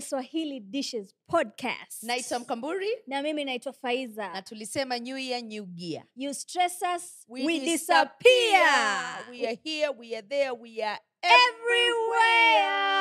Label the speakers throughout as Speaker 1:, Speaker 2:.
Speaker 1: swahili dishes podcast
Speaker 2: naitwa mkamburi
Speaker 1: na mimi naitwa
Speaker 2: na
Speaker 1: faiza
Speaker 2: tulisema new year new gear
Speaker 1: you stress us we,
Speaker 2: disappear.
Speaker 1: disappear
Speaker 2: we are here we are there we are
Speaker 1: everywhere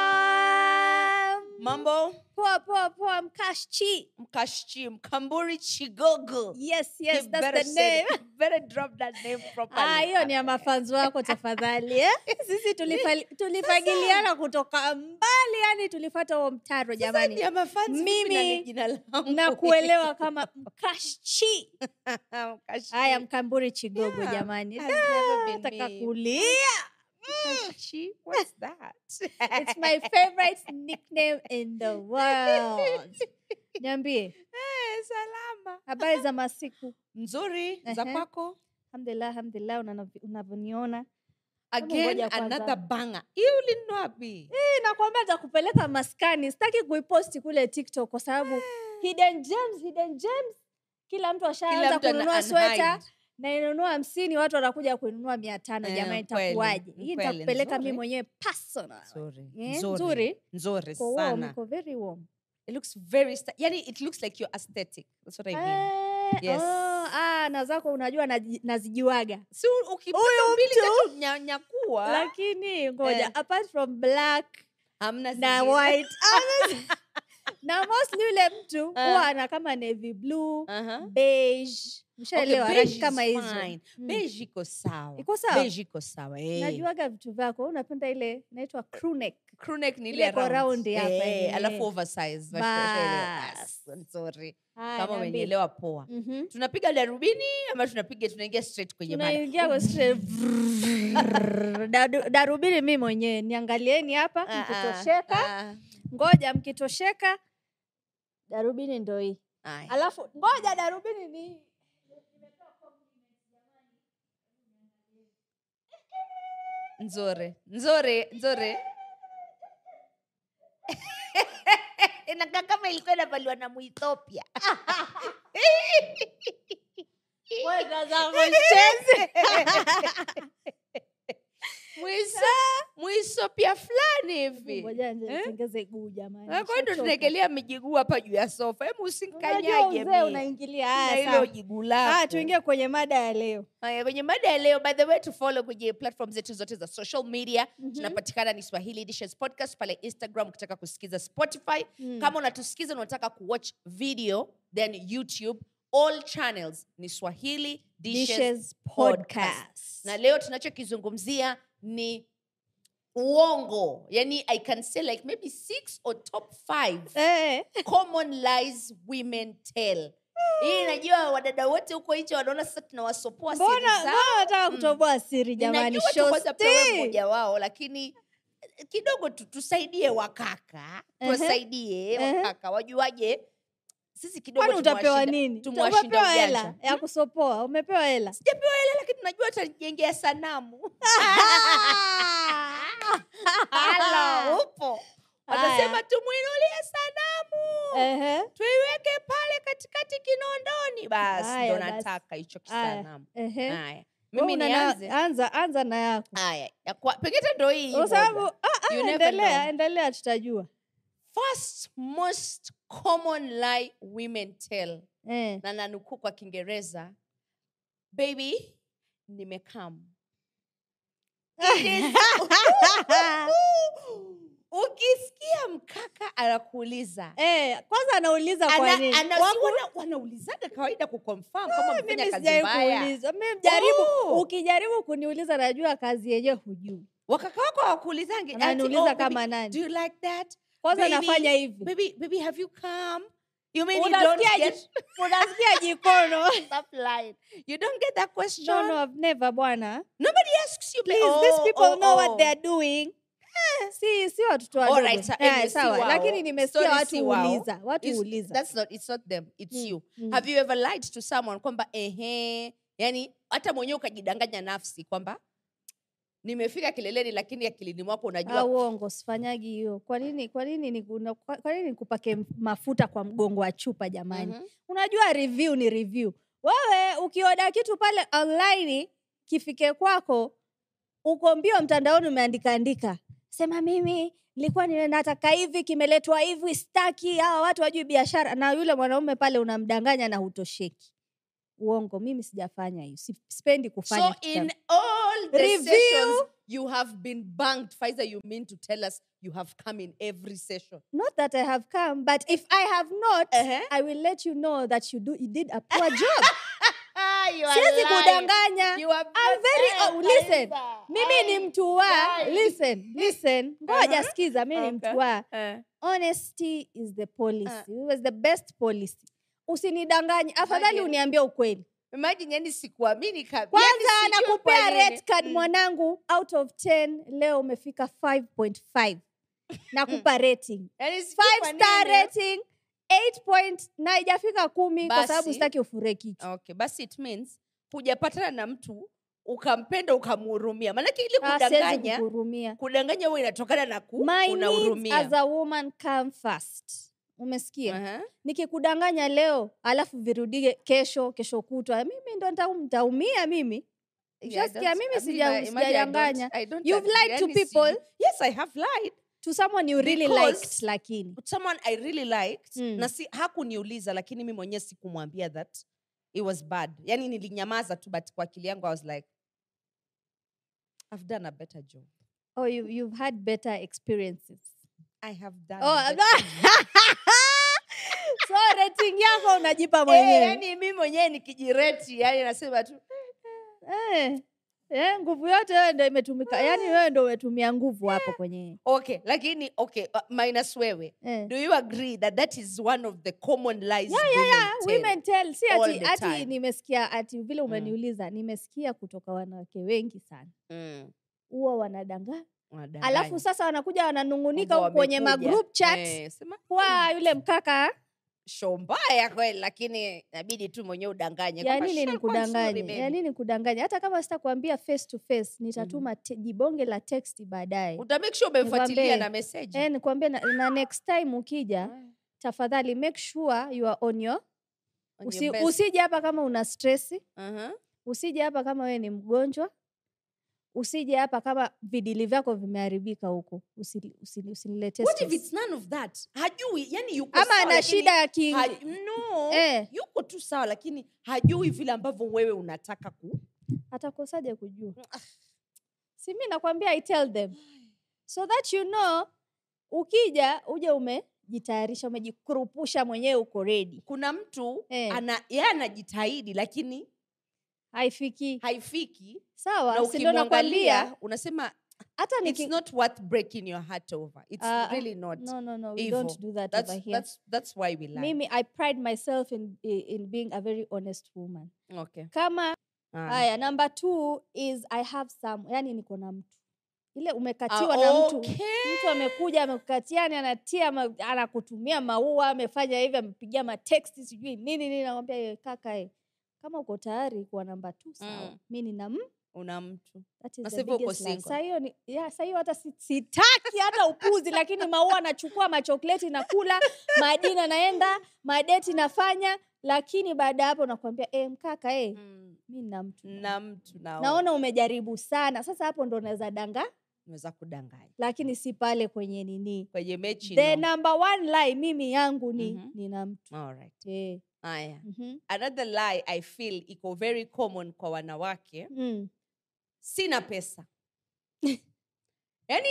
Speaker 2: mambo
Speaker 1: poa poa poa mkashchi
Speaker 2: mkashchi mkamburi chigogo
Speaker 1: yes yes
Speaker 2: You better
Speaker 1: that's the
Speaker 2: say
Speaker 1: name
Speaker 2: it. You better drop that name properly.
Speaker 1: Ah, hiyo ni ya mafanzi wako tafadhali eh? sisi tulifali- tulifagiliana kutoka mbali yani tulifata huo mtaro
Speaker 2: Sasa ni
Speaker 1: jamani
Speaker 2: ya mafans,
Speaker 1: Mimi
Speaker 2: na ni jina langu.
Speaker 1: na kuelewa kama mkashchi
Speaker 2: Mkashchi.
Speaker 1: haya mkamburi chigogo
Speaker 2: Yeah,
Speaker 1: jamani
Speaker 2: has never been
Speaker 1: nataka
Speaker 2: me.
Speaker 1: kulia
Speaker 2: Mkashchi, what's that?
Speaker 1: It's my favorite nickname in the world niambie
Speaker 2: Eh, salama
Speaker 1: habari za masiku
Speaker 2: mzuri za
Speaker 1: Ehe.
Speaker 2: kwako
Speaker 1: hamdulillah alhamdulillah unanav- unavyoniona
Speaker 2: again
Speaker 1: ngoja kwanza.
Speaker 2: another banga hii ulinunua wapi
Speaker 1: Eh, nakwambia takupeleka maskani sitaki kuiposti kule tiktok kwa sababu hidden gems, hidden gems kila mtu ashaanza
Speaker 2: mtu ana-
Speaker 1: kununua
Speaker 2: unhide.
Speaker 1: sweta na inunua hamsini watu wanakuja kuinunua mia tano
Speaker 2: Eh,
Speaker 1: jamani
Speaker 2: kweli,
Speaker 1: itakuwaje hii
Speaker 2: kweli,
Speaker 1: nitakupeleka mi
Speaker 2: nzuri.
Speaker 1: mwenyewe personal
Speaker 2: Nzuri,
Speaker 1: Eh,
Speaker 2: nzuri
Speaker 1: nzuri
Speaker 2: nzuri
Speaker 1: Uko warm,
Speaker 2: sana
Speaker 1: uko very warm
Speaker 2: it looks very sta- yani it looks like you're aesthetic that's what i mean
Speaker 1: Eh,
Speaker 2: Yes.
Speaker 1: oh, ah, na zako unajua naji- nazijuaga
Speaker 2: si u- ukipata mbili tatu nya- nyakua
Speaker 1: lakini ngoja
Speaker 2: Eh.
Speaker 1: apart from black
Speaker 2: hamna
Speaker 1: na
Speaker 2: zingine.
Speaker 1: white Ama- na mostly yule mtu
Speaker 2: Eh.
Speaker 1: huwa ana kama navy blue
Speaker 2: Aha.
Speaker 1: beige mshaelewa
Speaker 2: Uh-huh. Okay,
Speaker 1: rangi
Speaker 2: beige
Speaker 1: kama
Speaker 2: is
Speaker 1: hizo
Speaker 2: fine.
Speaker 1: Mm.
Speaker 2: Beige iko sawa
Speaker 1: iko sawa
Speaker 2: Beige iko sawa eh.
Speaker 1: najuaga vitu vyako wewe unapenda ile inaitwa crew neck
Speaker 2: Crew neck ni
Speaker 1: ile
Speaker 2: ile
Speaker 1: iko
Speaker 2: round.
Speaker 1: round hapa,
Speaker 2: Eh,
Speaker 1: eh.
Speaker 2: alafu oversize
Speaker 1: Bas.
Speaker 2: nzuri
Speaker 1: Haya,
Speaker 2: kama
Speaker 1: niambie.
Speaker 2: umenielewa poa
Speaker 1: Mhm.
Speaker 2: tunapiga darubini ama tunapiga tunaingia straight kwenye mada
Speaker 1: tunaingia kwa straight vrrrr. Dadu- darubini mi mwenyewe niangalieni hapa
Speaker 2: Ah, ah,
Speaker 1: mkitosheka
Speaker 2: ah,
Speaker 1: ngoja mkitosheka darubini ndo hii
Speaker 2: aya.
Speaker 1: alafu ngoja darubini ni
Speaker 2: nzuri nzuri nzuri inakaa kama ilikuwa inavaliwa na muethiopia Yaani muethiopia fulani hivi
Speaker 1: ngoja nje-
Speaker 2: Eh?
Speaker 1: nitengeze guu jamani
Speaker 2: Ah, kwa hiyo ndo
Speaker 1: nishachoka.
Speaker 2: tunaekelea mijiguu hapa juu ya sofa hebu
Speaker 1: Unajua
Speaker 2: usinkanyage
Speaker 1: uzee
Speaker 2: mie.
Speaker 1: unaingilia
Speaker 2: na
Speaker 1: haya
Speaker 2: hilo
Speaker 1: sawa.
Speaker 2: jiguu
Speaker 1: Ah,
Speaker 2: lako
Speaker 1: tuingie kwenye mada ya leo
Speaker 2: Haya, kwenye mada ya leo by the way to follow kwenye platform zetu zote za social media
Speaker 1: Mhm.
Speaker 2: tunapatikana ni swahili dishes podcast pale instagram ukitaka kusikiza spotify
Speaker 1: Mm.
Speaker 2: kama unatusikiza na unataka kuwatch video then youtube all channels ni swahili dishes,
Speaker 1: Dishes Podcast.
Speaker 2: podcast na leo tunachokizungumzia ni uongo yani i can say like maybe six or top five
Speaker 1: Eh,
Speaker 2: common lies women tell hii najua wadada wote huko nje wanaona sasa tunawasopoa siri
Speaker 1: mbona
Speaker 2: zao.
Speaker 1: mbona nataka
Speaker 2: Mm.
Speaker 1: kutoboa siri jamani
Speaker 2: Ninajua tu kwanza pia wewe
Speaker 1: shosti.
Speaker 2: mmoja wao lakini eh, kidogo tu tusaidie wakaka
Speaker 1: Ehe.
Speaker 2: tuwasaidie
Speaker 1: Ehe.
Speaker 2: wakaka wajuaje sisi kidogo
Speaker 1: kwani utapewa
Speaker 2: tumewashinda-
Speaker 1: nini
Speaker 2: tumewashinda
Speaker 1: umepewa hela
Speaker 2: ujanja. Hmm?
Speaker 1: ya kusopoa umepewa hela
Speaker 2: sijapewa hela lakini najua tutajengea sanamu Hello, upo watasema
Speaker 1: Haya.
Speaker 2: tumwinulie sanamu
Speaker 1: Ehe,
Speaker 2: tuiweke pale katikati kinondoni basi
Speaker 1: Haya,
Speaker 2: ndo
Speaker 1: basi.
Speaker 2: nataka hicho
Speaker 1: Haya,
Speaker 2: kisanamu
Speaker 1: ehe.
Speaker 2: haya
Speaker 1: Wewe
Speaker 2: Ah, mimi
Speaker 1: una
Speaker 2: nianze
Speaker 1: na- anza anza na yako
Speaker 2: haya ya kwa- pengine hata ndo hii
Speaker 1: kwa sababu
Speaker 2: moja.
Speaker 1: ah, ah,
Speaker 2: You never
Speaker 1: endelea
Speaker 2: know.
Speaker 1: endelea tutajua
Speaker 2: first most common lie women tell
Speaker 1: eh.
Speaker 2: na nanukuu kwa kiingereza baby nimekam ukisikia mkaka anakuuliza
Speaker 1: eh, kwanza anauliza kwa
Speaker 2: ana,
Speaker 1: nini.
Speaker 2: ana, si
Speaker 1: Waku-
Speaker 2: wana, wanaulizaga kawaida kuconfirm kama
Speaker 1: Ah,
Speaker 2: amefanya
Speaker 1: mimi
Speaker 2: kazi
Speaker 1: sijawahi
Speaker 2: mbaya
Speaker 1: kuulizwa. Mimi jaribu-
Speaker 2: Oh.
Speaker 1: ukijaribu kuniuliza najua kazi yenyewe hujui
Speaker 2: wakaka wako hawakuulizangi ati,
Speaker 1: ananiuliza
Speaker 2: "Oh,
Speaker 1: kama
Speaker 2: baby,
Speaker 1: nani
Speaker 2: do you like that
Speaker 1: kwanza
Speaker 2: baby,
Speaker 1: nafanya hivi
Speaker 2: baby baby have you come you mean you don't
Speaker 1: Unasikia
Speaker 2: get
Speaker 1: unasikia jikono
Speaker 2: Stop lying. you don't get that question
Speaker 1: no, no, I've never bwana
Speaker 2: nobody asks you
Speaker 1: please
Speaker 2: oh,
Speaker 1: these people
Speaker 2: oh,
Speaker 1: know
Speaker 2: oh.
Speaker 1: what they are doing Eh, si si watoto wadogo.
Speaker 2: Alright, sa-
Speaker 1: Eh,
Speaker 2: anyway, si
Speaker 1: sawa
Speaker 2: wao.
Speaker 1: lakini nimesikia
Speaker 2: Sorry,
Speaker 1: watu
Speaker 2: si wao.
Speaker 1: huuliza watu
Speaker 2: It's-
Speaker 1: huuliza
Speaker 2: that's not it's not them it's
Speaker 1: Mm,
Speaker 2: you
Speaker 1: mm.
Speaker 2: have you ever lied to someone kwamba ehe yani hata mwenyewe ukajidanganya nafsi kwamba nimefika kileleni lakini akilini mwako
Speaker 1: Ah,
Speaker 2: unajua Mhm.
Speaker 1: uongo sifanyagi hiyo kwa nini kwa nini niku- na- kwa kwa nini nikupake mafuta kwa mgongo wa chupa jamani
Speaker 2: Mhm.
Speaker 1: unajua review ni review wewe ukioda kitu pale online kifike kwako uko mbio mtandaoni umeandika andika sema mimi nilikuwa niwe nataka hivi kimeletwa hivi staki hawa watu wajui biashara na yule mwanaume pale unamdanganya na hutosheki uongo mimi sijafanya hiyo Si- sipendi kufanya
Speaker 2: so
Speaker 1: kitu cha-
Speaker 2: in all the
Speaker 1: Review.
Speaker 2: sessions you have been banked Pfizer, you mean to tell us you have come in every session
Speaker 1: not that i have come but if i have not
Speaker 2: Uh-huh.
Speaker 1: i will let you know that you, do, you did a poor job
Speaker 2: ah, you
Speaker 1: siwezi kudanganya
Speaker 2: you are
Speaker 1: I'm very- oh, listen. mimi ni mtu wa
Speaker 2: guys.
Speaker 1: listen listen ngoja sikiza mi ni
Speaker 2: Uh-huh. Okay. Ah.
Speaker 1: mtu wa
Speaker 2: Eh.
Speaker 1: honesty is the policy It was the best policy usinidanganye afadhali
Speaker 2: Imagine.
Speaker 1: uniambie ukweli
Speaker 2: imagine yani sikuamini kabisa
Speaker 1: kwanza nakupea red card
Speaker 2: Mm.
Speaker 1: mwanangu out of 10 leo umefika 5.5 nakupa rating Five star rating 8 point na ijafika kumi kwa sababu
Speaker 2: Basi.
Speaker 1: sitaki ufurekiki
Speaker 2: Ah, okay basi it means hujapatana na mtu ukampenda ukamhurumia maanake ili
Speaker 1: Ah, siwezi
Speaker 2: kudanganya
Speaker 1: kuhurumia
Speaker 2: kudanganya huwa inatokana na ku
Speaker 1: my needs
Speaker 2: unahurumia Eh.
Speaker 1: as a woman come first umesikia
Speaker 2: Aha.
Speaker 1: nikikudanganya leo alafu virudie kesho kesho kutwa mimi ndo nita- nitaumia mimi
Speaker 2: Yeah, I
Speaker 1: Ushasikia,
Speaker 2: don't-
Speaker 1: mimi
Speaker 2: I mean,
Speaker 1: sija-
Speaker 2: I- imagine I don't-
Speaker 1: sijadanganya.
Speaker 2: I don't
Speaker 1: You've
Speaker 2: agree.
Speaker 1: lied to
Speaker 2: Yani Yaani si-
Speaker 1: people.
Speaker 2: yes i have lied
Speaker 1: to someone you really
Speaker 2: Because-
Speaker 1: liked lakini
Speaker 2: But someone i really liked
Speaker 1: Mm.
Speaker 2: na si hakuniuliza lakini mi mwenyewe sikumwambia that it was bad yani nilinyamaza tu but kwa akili yangu i was like i've done a better job
Speaker 1: oh, you, you've had better experiences
Speaker 2: i have done
Speaker 1: Oh,
Speaker 2: a better job."
Speaker 1: so rating yako unajipa
Speaker 2: Eh,
Speaker 1: mwenyewe
Speaker 2: yani mi mwenyewe nikijireti yani nasema tu
Speaker 1: eh, eh, nguvu yote wewe ndo imetumika
Speaker 2: Ah.
Speaker 1: yani wewe ndo umetumia nguvu hapo kwenye
Speaker 2: okay lakini okay uh, minus wewe
Speaker 1: eh.
Speaker 2: do you agree that that is one of the common lies women
Speaker 1: Ah,
Speaker 2: tell?
Speaker 1: women tell si
Speaker 2: all
Speaker 1: ati,
Speaker 2: the
Speaker 1: ati
Speaker 2: time.
Speaker 1: nimesikia ati vile umeniuliza nimesikia kutoka wanawake wengi sana
Speaker 2: Mm,
Speaker 1: huwa wanadangaa
Speaker 2: wanadanganya.
Speaker 1: alafu sasa wanakuja wananungunika
Speaker 2: Kwamba
Speaker 1: huku kwenye
Speaker 2: wamekuja.
Speaker 1: magroup chat
Speaker 2: Eh, sema,
Speaker 1: kwa yule mkaka
Speaker 2: show mbaya kweli lakini inabidi tu mwenyewe udanganye
Speaker 1: ya
Speaker 2: kwamba,
Speaker 1: nini
Speaker 2: "Sha, kwa nzuri,
Speaker 1: nikudanganye
Speaker 2: baby."
Speaker 1: ya nini nikudanganye hata kama sitakwambia face to face
Speaker 2: Mm.
Speaker 1: nitatuma te- jibonge la text baadaye
Speaker 2: Uta make sure umemfuatilia
Speaker 1: Nikwambie.
Speaker 2: na message Eh,
Speaker 1: Eh, nikwambie na, na next time
Speaker 2: Mm.
Speaker 1: ukija tafadhali make sure you are on your, usi, usije hapa kama una stress
Speaker 2: Uh-huh.
Speaker 1: usije hapa kama wewe ni mgonjwa usije hapa kama vidili vyako vimeharibika huko usiniletee usi, usi, usiniletee
Speaker 2: what if
Speaker 1: stress.
Speaker 2: it's none of that hajui yani yuko
Speaker 1: ama
Speaker 2: sawa,
Speaker 1: ana
Speaker 2: Yaani lakini
Speaker 1: shida ya ki
Speaker 2: ha- no
Speaker 1: eh,
Speaker 2: yuko tu sawa lakini hajui vile ambavyo wewe unataka ku
Speaker 1: atakosaje kujua
Speaker 2: Ah.
Speaker 1: si mi nakwambia i tell them so that you know ukija uje umejitayarisha umejikurupusha mwenyewe uko redi
Speaker 2: kuna mtu
Speaker 1: Eh.
Speaker 2: ana yeye anajitahidi lakini
Speaker 1: haifiki
Speaker 2: haifiki na
Speaker 1: sawa sindo nakwambia
Speaker 2: ukimwangalia unasema
Speaker 1: hata
Speaker 2: it's
Speaker 1: niki...
Speaker 2: not worth breaking your heart over it's
Speaker 1: Ah,
Speaker 2: really not
Speaker 1: no, no, no, we
Speaker 2: evil.
Speaker 1: don't do that
Speaker 2: that's,
Speaker 1: over here.
Speaker 2: that's, that's why we lie.
Speaker 1: mimi i pride myself in, in being a very honest woman
Speaker 2: okay
Speaker 1: kama
Speaker 2: Ah.
Speaker 1: haya number two is i have some yani niko na mtu ile
Speaker 2: Ah,
Speaker 1: umekatiwa na mtu
Speaker 2: okay.
Speaker 1: mtu amekuja amekatiani anatia ma, anakutumia maua amefanya hivi amepigia mateksti sijui nini nini nakwambia ye kaka ye kama uko tayari kuwa namba t sawa
Speaker 2: Mm.
Speaker 1: mi nina m
Speaker 2: una mtu
Speaker 1: that is
Speaker 2: Na
Speaker 1: the
Speaker 2: sasa hivi uko
Speaker 1: biggest lie.
Speaker 2: single.
Speaker 1: Saa hiyo ni- yeah, saa hiyo hata si- sitaki hata upuzi lakini maua anachukua machokleti nakula madina naenda madeti nafanya lakini baada ya hapo nakwambia e, mkaka e, mi nina mtu
Speaker 2: Mm. na mtu nao
Speaker 1: naona umejaribu sana sasa hapo ndo naweza danga
Speaker 2: unaweza kudanganya
Speaker 1: lakini si pale kwenye ninii
Speaker 2: kwenye mechi
Speaker 1: the
Speaker 2: no.
Speaker 1: number one lie mimi yangu ni
Speaker 2: Mhm.
Speaker 1: nina mtu
Speaker 2: Alright.
Speaker 1: eh.
Speaker 2: haya
Speaker 1: mhm.
Speaker 2: another lie i feel iko very common kwa wanawake
Speaker 1: mm.
Speaker 2: sina pesa yani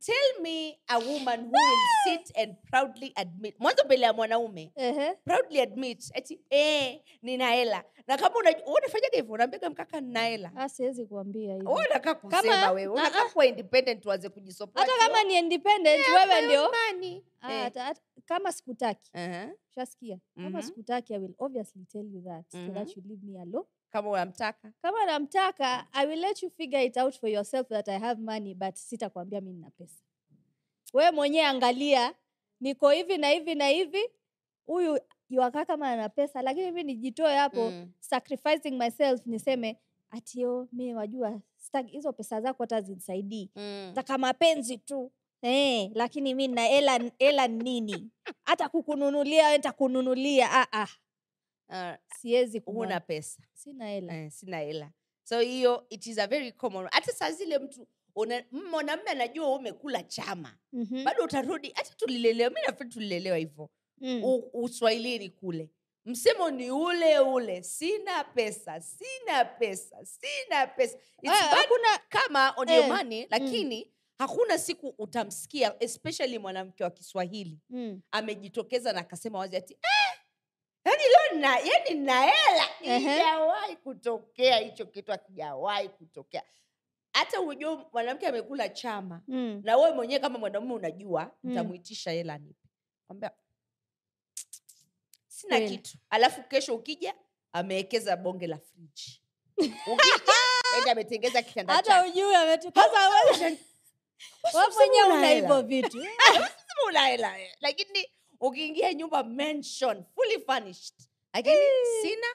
Speaker 2: tell me a woman who will sit and proudly admit mwanzo mbele ya mwanaume
Speaker 1: Ehe.
Speaker 2: proudly admit ati eh nina hela na kama unaj- wewe unafanyaga hivyo unaambia mkaka nina hela
Speaker 1: Ah, siwezi kuambia hivyo.
Speaker 2: wewe unakaa
Speaker 1: Kama-
Speaker 2: kusema wewe unakaa
Speaker 1: Ah-ah.
Speaker 2: kuwa independent uanze kujisupport
Speaker 1: hata kama ni independent wewe ndio
Speaker 2: Money.
Speaker 1: Ah,
Speaker 2: Eh.
Speaker 1: hata- hata- kama sikutaki
Speaker 2: Aha.
Speaker 1: shasikia kama
Speaker 2: Mhm.
Speaker 1: sikutaki i will obviously tell you that so
Speaker 2: Mm-hmm.
Speaker 1: that you leave me alone
Speaker 2: kama unamtaka
Speaker 1: kama namtaka i will let you figure it out for yourself that i have money but sitakwambia mi nina pesa wewe mwenyewe angalia niko hivi na hivi na hivi huyu yuakaa kama ana pesa lakini mi nijitoe hapo
Speaker 2: Mm.
Speaker 1: sacrificing myself niseme atio mi wajua sitaki- hizo pesa zako hata zinisaidii
Speaker 2: Mm.
Speaker 1: taka mapenzi tu Eh, lakini mi na hela hela nini hata kukununulia ntakununulia ah, ah. Mm.
Speaker 2: Ah,
Speaker 1: siwezi
Speaker 2: huna
Speaker 1: kumwa-
Speaker 2: pesa
Speaker 1: sina hela
Speaker 2: Eh, sina hela so hiyo it is a very common hata saa zile mtu una- m- mwanamume anajua wewe umekula chama
Speaker 1: Mhm.
Speaker 2: bado utarudi hata tulilelewa mi nafikiri tulilelewa hivyo
Speaker 1: Mm.
Speaker 2: U- uswahilini kule msemo ni ule ule sina pesa sina pesa sina pesa It's
Speaker 1: Ah,
Speaker 2: bad kama on your
Speaker 1: Eh,
Speaker 2: money lakini hakuna siku utamsikia especially mwanamke wa kiswahili
Speaker 1: Mm.
Speaker 2: amejitokeza na akasema wazi ati eh, yani leo yaani na yani naela
Speaker 1: Ehe.
Speaker 2: ijawahi kutokea hicho kitu akijawahi kutokea hata hujua mwanamke amekula chama
Speaker 1: Mm.
Speaker 2: na wewe mwenyewe kama mwanamume unajua
Speaker 1: Mm.
Speaker 2: nitamuitisha hela nipe Mwambia, sina
Speaker 1: Kweli.
Speaker 2: kitu alafu kesho ukija amewekeza bonge la friji ukija ende ametengeza kitanda
Speaker 1: hata
Speaker 2: chake.
Speaker 1: ujui ametuka
Speaker 2: Sasa wewe-
Speaker 1: wewe mwenyewe
Speaker 2: Sasa
Speaker 1: una
Speaker 2: una hela.
Speaker 1: hivyo vitu
Speaker 2: Sasa una hela eh. lakini ukiingia nyumba mansion fully furnished lakini
Speaker 1: Mm.
Speaker 2: sina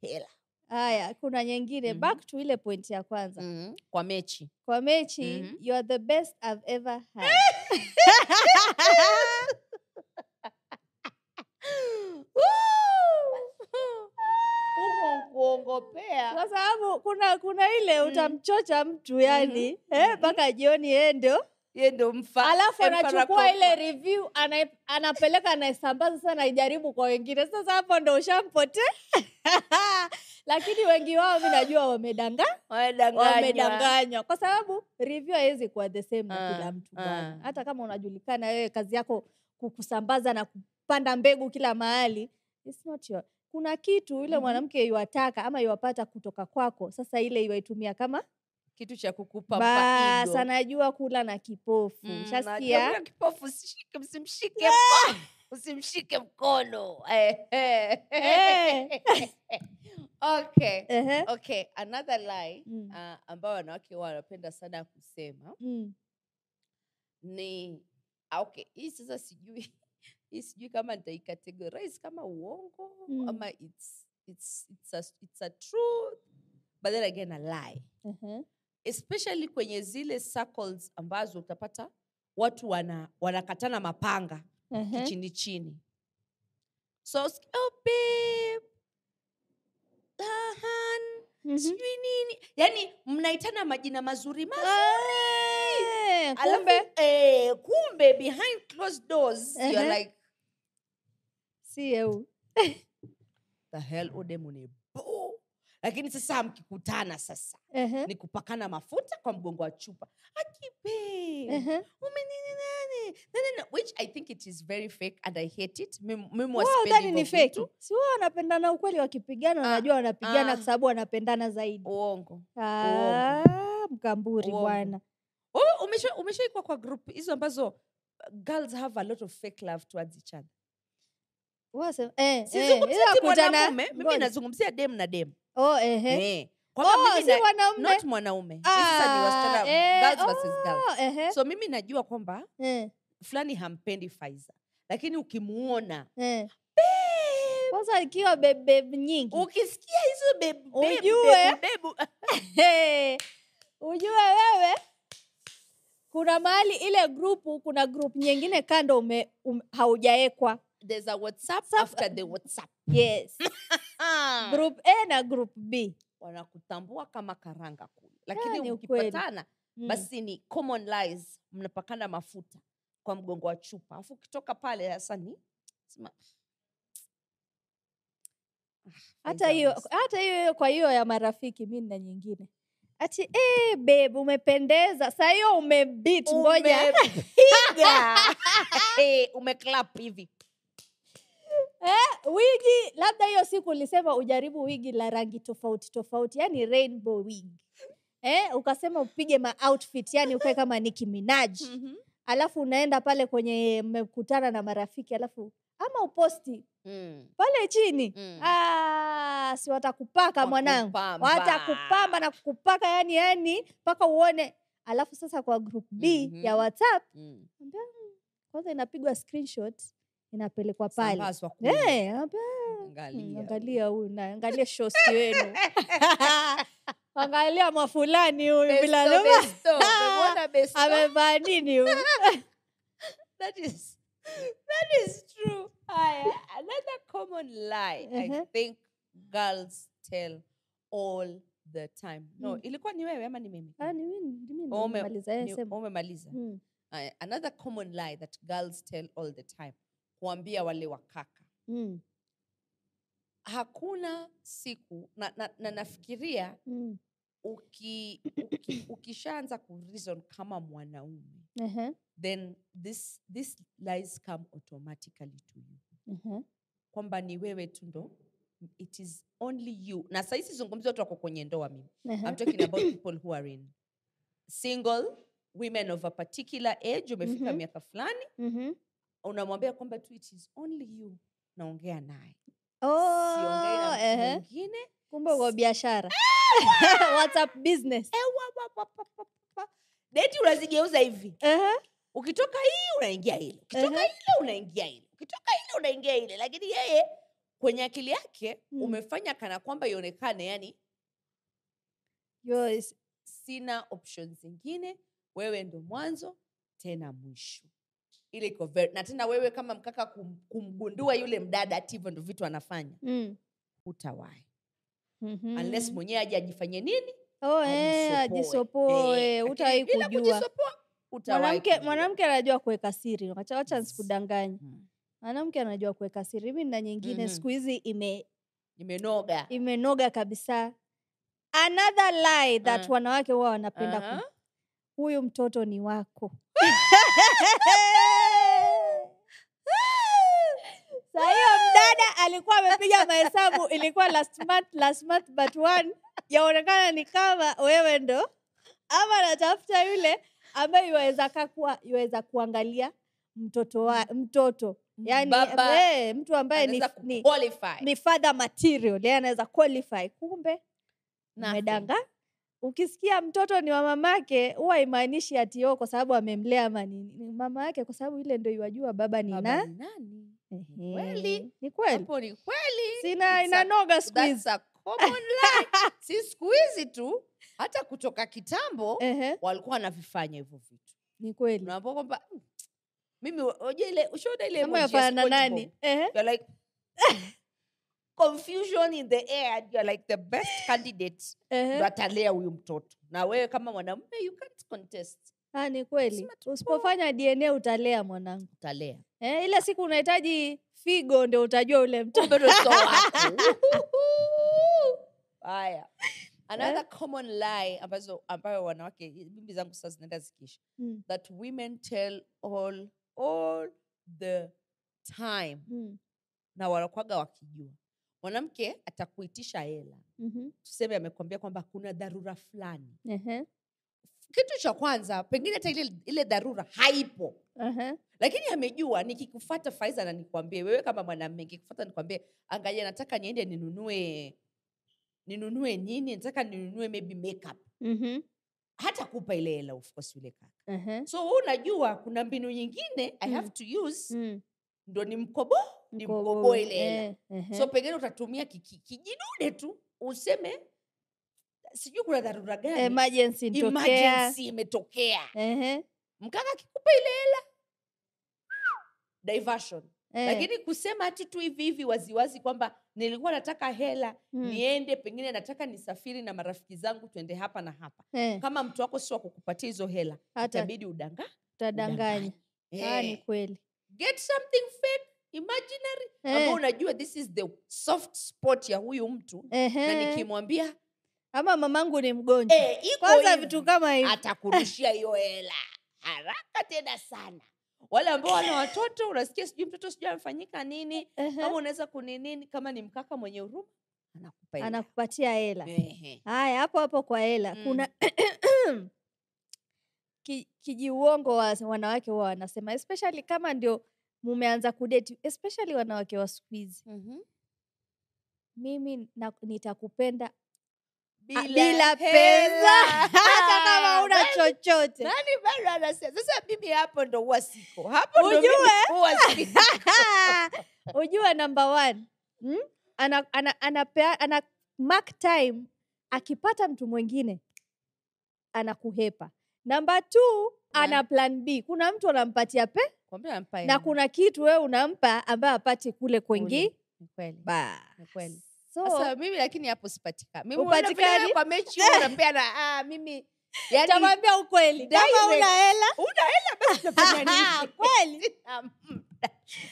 Speaker 2: hela
Speaker 1: haya kuna nyingine
Speaker 2: Mhm.
Speaker 1: back to ile point ya kwanza
Speaker 2: Mm-hmm. kwa mechi
Speaker 1: kwa mechi
Speaker 2: Mhm.
Speaker 1: you are the best I've ever had
Speaker 2: Huko kuongopea
Speaker 1: kwa sababu kuna kuna ile
Speaker 2: Mm.
Speaker 1: utamchocha mtu yani eh, mpaka jioni yeye ndio
Speaker 2: ye ndo mfa
Speaker 1: alafu
Speaker 2: emperor
Speaker 1: anachukua
Speaker 2: Cobra.
Speaker 1: ile review ana, anapeleka anaisambaza sasa naijaribu kwa wengine sasa hapo ndo ushampote lakini wengi wao mi najua wamedanga
Speaker 2: Wamedanganywa.
Speaker 1: wamedanganywa kwa sababu review haiwezi kuwa the same na
Speaker 2: Ah,
Speaker 1: kila mtu bwana.
Speaker 2: ah.
Speaker 1: hata kama unajulikana wewe kazi yako ku- kusambaza na kupanda mbegu kila mahali it's not your. kuna kitu yule
Speaker 2: Mhm.
Speaker 1: mwanamke iwataka ama iwapata kutoka kwako sasa ile iwaitumia kama
Speaker 2: kitu cha kukupa
Speaker 1: bas
Speaker 2: mpaigo.
Speaker 1: anajua kula na kipofu
Speaker 2: Mm, najua huyo
Speaker 1: shasikia
Speaker 2: kipofu usishike msimshike
Speaker 1: Eh!
Speaker 2: mko- usimshike mkono Eh, eh.
Speaker 1: Eh.
Speaker 2: okay
Speaker 1: Ehe.
Speaker 2: okay another lie
Speaker 1: Mm.
Speaker 2: uh, ambayo wanawake huwa wanapenda sana kusema
Speaker 1: Mm.
Speaker 2: ni ah, okay hii sasa sijui hii sijui kama nitaicategorize kama uongo
Speaker 1: Mm.
Speaker 2: ama it's, it's, it's, a, it's a truth but then again a lie
Speaker 1: Ehe.
Speaker 2: especially kwenye zile circles ambazo utapata watu wana wanakatana mapanga
Speaker 1: Ehe.
Speaker 2: kichini chini so usikie, oh, babe dahan
Speaker 1: Mhm.
Speaker 2: sijui nini yani mnaitana majina mazuri mazuri Ah,
Speaker 1: Eh, kumbe Uh-huh.
Speaker 2: kumbe, eh, kumbe behind closed doors you're
Speaker 1: Ehe.
Speaker 2: like
Speaker 1: si eu
Speaker 2: the hell udem ni bo lakini sasa mkikutana sasa
Speaker 1: Ehe.
Speaker 2: ni kupakana mafuta kwa mgongo wa chupa akipe
Speaker 1: Ehe.
Speaker 2: umenini nani nani na- which i think it is very fake and i hate it Mim- mimi huwa
Speaker 1: wao
Speaker 2: sipendi
Speaker 1: dhani ni
Speaker 2: hivyo
Speaker 1: feki
Speaker 2: vitu.
Speaker 1: si wao wanapendana ukweli wakipigana
Speaker 2: Ah,
Speaker 1: wanajua wanapigana
Speaker 2: ah.
Speaker 1: kwa sababu wanapendana zaidi
Speaker 2: uongo
Speaker 1: ah, mkamburi
Speaker 2: Uongo.
Speaker 1: bwana
Speaker 2: wewe Oh, umesha- umeshaikuwa kwa group hizo ambazo uh, girls have a lot of fake love towards each other
Speaker 1: Wao se- eh, eh,
Speaker 2: sizungumzia
Speaker 1: ila
Speaker 2: ti
Speaker 1: kutana-
Speaker 2: mwanamume mimi
Speaker 1: ngoja.
Speaker 2: nazungumzia dem na dem
Speaker 1: Oh, ehe.
Speaker 2: eh kwamba
Speaker 1: Oh,
Speaker 2: mimi
Speaker 1: si
Speaker 2: na-
Speaker 1: wanaume.
Speaker 2: not mwanaume Hii sasa ni
Speaker 1: Ah,
Speaker 2: wasichana
Speaker 1: eh,
Speaker 2: girls versus girls.
Speaker 1: oh, ehe,
Speaker 2: so mimi najua kwamba
Speaker 1: eh,
Speaker 2: fulani hampendi faiza lakini ukimuona
Speaker 1: eh. kwanza ikiwa bebe nyingi
Speaker 2: ukisikia hizo bebu- bebu-
Speaker 1: Mm. Ujue.
Speaker 2: bebu- bebu,
Speaker 1: Hey, ujue wewe kuna mahali ile grupu kuna grupu nyingine kando ume, um, haujaekwa
Speaker 2: there's a whatsapp
Speaker 1: Sasa-
Speaker 2: after the whatsapp
Speaker 1: yes
Speaker 2: Ah.
Speaker 1: group a na group b
Speaker 2: wanakutambua kama karanga kule
Speaker 1: Ah,
Speaker 2: lakini
Speaker 1: ni ukweli.
Speaker 2: ukipatana
Speaker 1: Mm.
Speaker 2: basi ni common lies mnapakana mafuta kwa mgongo wa chupa alafu ukitoka pale sasa ni sema, "Ah,
Speaker 1: hata
Speaker 2: Faiza
Speaker 1: hiyo
Speaker 2: was-
Speaker 1: hata hiyo hiyo kwa hiyo ya marafiki mi na nyingine ati eh, babe umependeza saa hiyo umebit ngoja
Speaker 2: umepiga Eh, umeclap hivi
Speaker 1: wigi labda hiyo siku ulisema ujaribu wigi la rangi tofauti tofauti yani rainbow wig eh, ukasema upige ma outfit yani ukae kama Nicki Minaj alafu unaenda pale kwenye mmekutana na marafiki alafu ama uposti
Speaker 2: Mm,
Speaker 1: pale chini
Speaker 2: mm.
Speaker 1: ah, si watakupaka mwanangu
Speaker 2: Wakupamba.
Speaker 1: watakupamba na kukupaka yani yani mpaka uone alafu sasa kwa group b
Speaker 2: Mhm.
Speaker 1: ya whatsapp
Speaker 2: Mm.
Speaker 1: ambia, "Mm, kwanza inapigwa screenshot inapelekwa pale
Speaker 2: Sambazwa kule.
Speaker 1: Eh, ambia, "Mm,
Speaker 2: Angalia.
Speaker 1: angalia huyu na angalia shosti wenu angalia mwafulani huyu
Speaker 2: Besto,
Speaker 1: bilaluma
Speaker 2: besto. Umemuona besto?
Speaker 1: amevaa nini huyu
Speaker 2: that is that is true Haya, another common lie i
Speaker 1: Uh-huh.
Speaker 2: think girls tell all the time no
Speaker 1: Mm.
Speaker 2: ilikuwa ni wewe ama ni mimi
Speaker 1: Ah, ni mimi- ni mimi ndo
Speaker 2: Oh, ume-
Speaker 1: nimemaliza yeye
Speaker 2: Ni-
Speaker 1: sema.
Speaker 2: umemaliza
Speaker 1: Mm.
Speaker 2: Aya, Uh, another common lie that girls tell all the time kuambia wale wakaka
Speaker 1: Mm.
Speaker 2: hakuna siku na, na, na nafikiria
Speaker 1: Mm.
Speaker 2: uki, uki, ukishaanza kureason kama mwanaume
Speaker 1: Ehe,
Speaker 2: then this, this lies come automatically to you
Speaker 1: ehe.
Speaker 2: kwamba ni wewe tu ndo it is only you na sahizi zungumzia watu wako kwenye ndoa mimi
Speaker 1: Ehe.
Speaker 2: I'm talking about people who are in single women of a particular age umefika
Speaker 1: Mhm.
Speaker 2: miaka fulani
Speaker 1: Mhm.
Speaker 2: unamwambia kwamba tu it is only you naongea naye siongei
Speaker 1: Oh,
Speaker 2: na
Speaker 1: ehe.
Speaker 2: mtu mwingine
Speaker 1: kumbe uko biashara WhatsApp business
Speaker 2: Wa- wa- wa- wa- wa- deti unazigeuza hivi
Speaker 1: Ehe,
Speaker 2: ukitoka hii unaingia ile ukitoka
Speaker 1: Ehe.
Speaker 2: ile unaingia ile ukitoka ile unaingia ile lakini yeye kwenye akili yake
Speaker 1: Mm.
Speaker 2: umefanya kana kwamba ionekane Yaani, yani
Speaker 1: yo is-
Speaker 2: sina option zingine wewe ndo mwanzo tena mwisho ile iko very, na tena wewe kama mkaka kum, kumgundua yule mdada ati hivyo ndo vitu anafanya
Speaker 1: Mm.
Speaker 2: hutawahi
Speaker 1: Mhm.
Speaker 2: unless mwenyewe aje ajifanyie nini
Speaker 1: Oh, eh, ajisopoe
Speaker 2: Eh, lakini
Speaker 1: utawahi
Speaker 2: bila
Speaker 1: kujua
Speaker 2: kujisopoa, hutawahi
Speaker 1: mwanamke
Speaker 2: kujua.
Speaker 1: mwanamke anajua kuweka siri wacha wacha nisikudanganye
Speaker 2: Mm.
Speaker 1: mwanamke anajua kuweka siri mimi na nyingine
Speaker 2: Mhm.
Speaker 1: siku hizi ime,
Speaker 2: imenoga
Speaker 1: imenoga kabisa another lie that
Speaker 2: Ah.
Speaker 1: wanawake huwa wanapenda
Speaker 2: Aha.
Speaker 1: ku- huyu mtoto ni wako saa hiyo mdada alikuwa amepiga mahesabu ilikuwa last month, last month but one yaonekana ni kama wewe ndo ama anatafuta yule ambaye yuweza kakuwa yuweza kuangalia mtoto wa mtoto yani
Speaker 2: Mm. Baba
Speaker 1: eh, mtu ambaye ni,
Speaker 2: anaweza
Speaker 1: ni,
Speaker 2: kuqualify.
Speaker 1: ni father material yeye anaweza qualify kumbe
Speaker 2: Nothing.
Speaker 1: umedanga ukisikia mtoto ni wa mamake huwa imaanishi ati yo kwa sababu amemlea ama nini ni mama yake kwa sababu ile ndo iwajua baba ni
Speaker 2: Baba
Speaker 1: na
Speaker 2: ni nani?
Speaker 1: Ehe,
Speaker 2: kweli.
Speaker 1: ni kweli
Speaker 2: Hapo ni kweli
Speaker 1: sina
Speaker 2: It's a-
Speaker 1: inanoga siku
Speaker 2: That's
Speaker 1: hizi
Speaker 2: a common lie. si siku hizi tu hata kutoka kitambo
Speaker 1: Ehe,
Speaker 2: walikuwa wanavifanya hivyo vitu
Speaker 1: ni kweli
Speaker 2: unaambia kwamba "Mm, mimi oje ile ushaona ile
Speaker 1: kama
Speaker 2: emoji ya
Speaker 1: yafanana nani
Speaker 2: SpongeBob?"
Speaker 1: Ehe,
Speaker 2: You're like hmm. confusion in the air and you're like the best candidate
Speaker 1: ehe.
Speaker 2: ndo atalea huyu mtoto na wewe kama mwanamume you can't contest
Speaker 1: Ah, ni kweli
Speaker 2: Lazima tu-
Speaker 1: usipofanya dna utalea mwanangu
Speaker 2: utalea
Speaker 1: eh, ile siku unahitaji figo ndio utajua ule mtoto
Speaker 2: Kumbe ndo sio wako. Uhuhu. haya another common lie ambazo ambayo wanawake bibi zangu sasa zinaenda zikiisha
Speaker 1: Mm,
Speaker 2: that women tell all all the time
Speaker 1: mm,
Speaker 2: na wanakwaga wakijua mwanamke atakuitisha hela
Speaker 1: mhm,
Speaker 2: tuseme amekwambia kwamba kuna dharura fulani
Speaker 1: ehe,
Speaker 2: kitu cha kwanza pengine hata ile, ile dharura haipo
Speaker 1: ehe,
Speaker 2: lakini amejua nikikufata faiza na nikwambie wewe kama mwanamme nikikufata nikwambie angalia nataka niende ninunue ninunue nini nataka ninunue maybe makeup
Speaker 1: mhm,
Speaker 2: hata kupa ile hela of course yule kaka
Speaker 1: ehe,
Speaker 2: so wewe unajua kuna mbinu nyingine i
Speaker 1: Mm.
Speaker 2: have to use
Speaker 1: mm,
Speaker 2: ndo ni mkobo ni
Speaker 1: mkobo,
Speaker 2: mkobo ile hela
Speaker 1: eh, ehe,
Speaker 2: so pengine utatumia kiki- kijidude tu useme sijui kuna
Speaker 1: Eh,
Speaker 2: dharura gani
Speaker 1: emergency nitokea
Speaker 2: emergency imetokea
Speaker 1: ehe,
Speaker 2: mkaka akikupa ile hela diversion
Speaker 1: eh,
Speaker 2: lakini kusema hati tu hivi hivi waziwazi kwamba nilikuwa nataka hela
Speaker 1: mm,
Speaker 2: niende pengine nataka nisafiri na marafiki zangu tuende hapa na hapa
Speaker 1: eh,
Speaker 2: kama mtu wako sio wa kukupatia hizo hela
Speaker 1: hata
Speaker 2: itabidi udanga
Speaker 1: utadanganya Ah, ni
Speaker 2: Eh,
Speaker 1: kweli
Speaker 2: get something fake imaginary
Speaker 1: Eh,
Speaker 2: ambao unajua this is the soft spot ya huyu mtu na
Speaker 1: ehe.
Speaker 2: nikimwambia
Speaker 1: ama mamangu ni mgonjwa
Speaker 2: eh, iko
Speaker 1: kwanza
Speaker 2: hivi,
Speaker 1: vitu kama hivi
Speaker 2: atakurushia hiyo hela haraka tena sana wale ambao wana watoto unasikia sijui mtoto sijui amefanyika nini
Speaker 1: Ehe,
Speaker 2: kama unaweza kuninini kama ni mkaka mwenye huruma anakupa hela.
Speaker 1: anakupatia hela
Speaker 2: Ehe.
Speaker 1: haya hapo hapo kwa hela
Speaker 2: Mm.
Speaker 1: kuna ki- kijiuongo wa wanawake huwa wanasema especially kama ndio mumeanza kudeti especially wanawake wa siku hizi
Speaker 2: Mm-hmm.
Speaker 1: mimi na, nitakupenda bila, bila pesa hata kama una
Speaker 2: Nani-
Speaker 1: chochote
Speaker 2: nani bado anasema sasa mimi hapo ndo huwa siko hapo ndo
Speaker 1: Ujue.
Speaker 2: mimi huwa siko.
Speaker 1: ujua number one mm? ana, ana, anapea, ana mark time akipata mtu mwingine anakuhepa namba t ana plan b kuna mtu anampatia pe
Speaker 2: Kwambia nampa
Speaker 1: na
Speaker 2: hela.
Speaker 1: kuna kitu wewe unampa ambaye apati kule
Speaker 2: Kule.
Speaker 1: kwengi
Speaker 2: Ni kweli,
Speaker 1: ba
Speaker 2: ni kweli.
Speaker 1: so
Speaker 2: sasa mimi lakini hapo sipatika mimi unaona vile
Speaker 1: Upatikani?
Speaker 2: wewe kwa mechi unaambia na ah mimi yani
Speaker 1: tamwambia ukweli kama
Speaker 2: direct.
Speaker 1: una hela
Speaker 2: una hela basi nafanya nini?
Speaker 1: kweli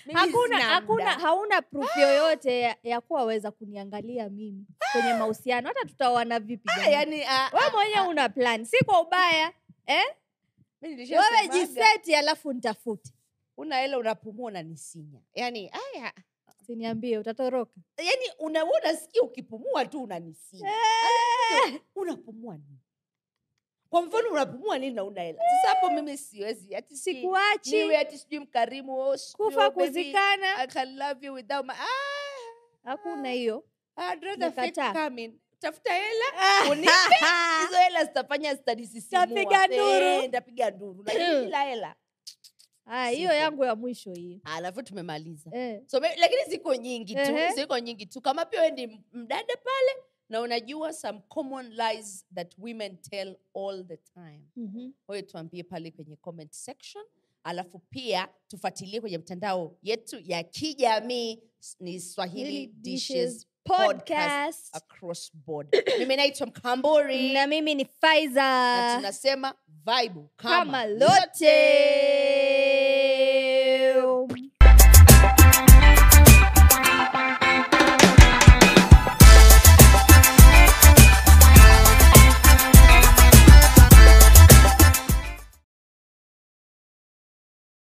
Speaker 2: Mimi
Speaker 1: hakuna
Speaker 2: sina
Speaker 1: hakuna
Speaker 2: muda.
Speaker 1: hauna proof yoyote ya, ya kuwa waweza kuniangalia mimi kwenye mahusiano hata tutaoana vipi
Speaker 2: Ah,
Speaker 1: jamani?
Speaker 2: yani ah,
Speaker 1: wewe
Speaker 2: ah, ah.
Speaker 1: mwenyewe una plan si kwa ubaya
Speaker 2: Mimi nilishasemaga,
Speaker 1: wewe jiseti alafu nitafute
Speaker 2: una hela unapumua unanisinya yani aya
Speaker 1: siniambie utatoroka
Speaker 2: yani unawe unasikia ukipumua tu unanisinya
Speaker 1: Eh.
Speaker 2: unapumua nini kwa mfano unapumua nini na una hela sasa hapo mimi siwezi ati si-
Speaker 1: sikuachi
Speaker 2: niwe ati sijui mkarimu oh, sijui,
Speaker 1: kufa
Speaker 2: oh, baby,
Speaker 1: kuzikana
Speaker 2: I can love you without my ah,
Speaker 1: hakuna hiyo
Speaker 2: I'd rather fake
Speaker 1: Nikataa. Ah.
Speaker 2: coming. tafuta hela unipe hizo hela zitafanya zitanisimua.
Speaker 1: Tapiga nduru.
Speaker 2: Eh, ndapiga nduru lakini bila hela
Speaker 1: Ah, hiyo
Speaker 2: Simple.
Speaker 1: yangu ya mwisho hiyo
Speaker 2: alafu tumemaliza
Speaker 1: eh.
Speaker 2: so, me- lakini ziko nyingi tu
Speaker 1: Ehe.
Speaker 2: ziko nyingi tu kama pia we ni mdada pale na unajua some common lies that women tell all the time
Speaker 1: mhm.
Speaker 2: wewe tuambie pale kwenye comment section alafu pia tufuatilie kwenye mtandao yetu ya kijamii s- ni swahili
Speaker 1: Really
Speaker 2: dishes
Speaker 1: Dishes
Speaker 2: podcast.
Speaker 1: podcast
Speaker 2: across board mimi naitwa mkambori
Speaker 1: na mimi ni
Speaker 2: na
Speaker 1: Faiza
Speaker 2: tunasema vaibu kama,
Speaker 1: kama
Speaker 2: lote.
Speaker 1: lote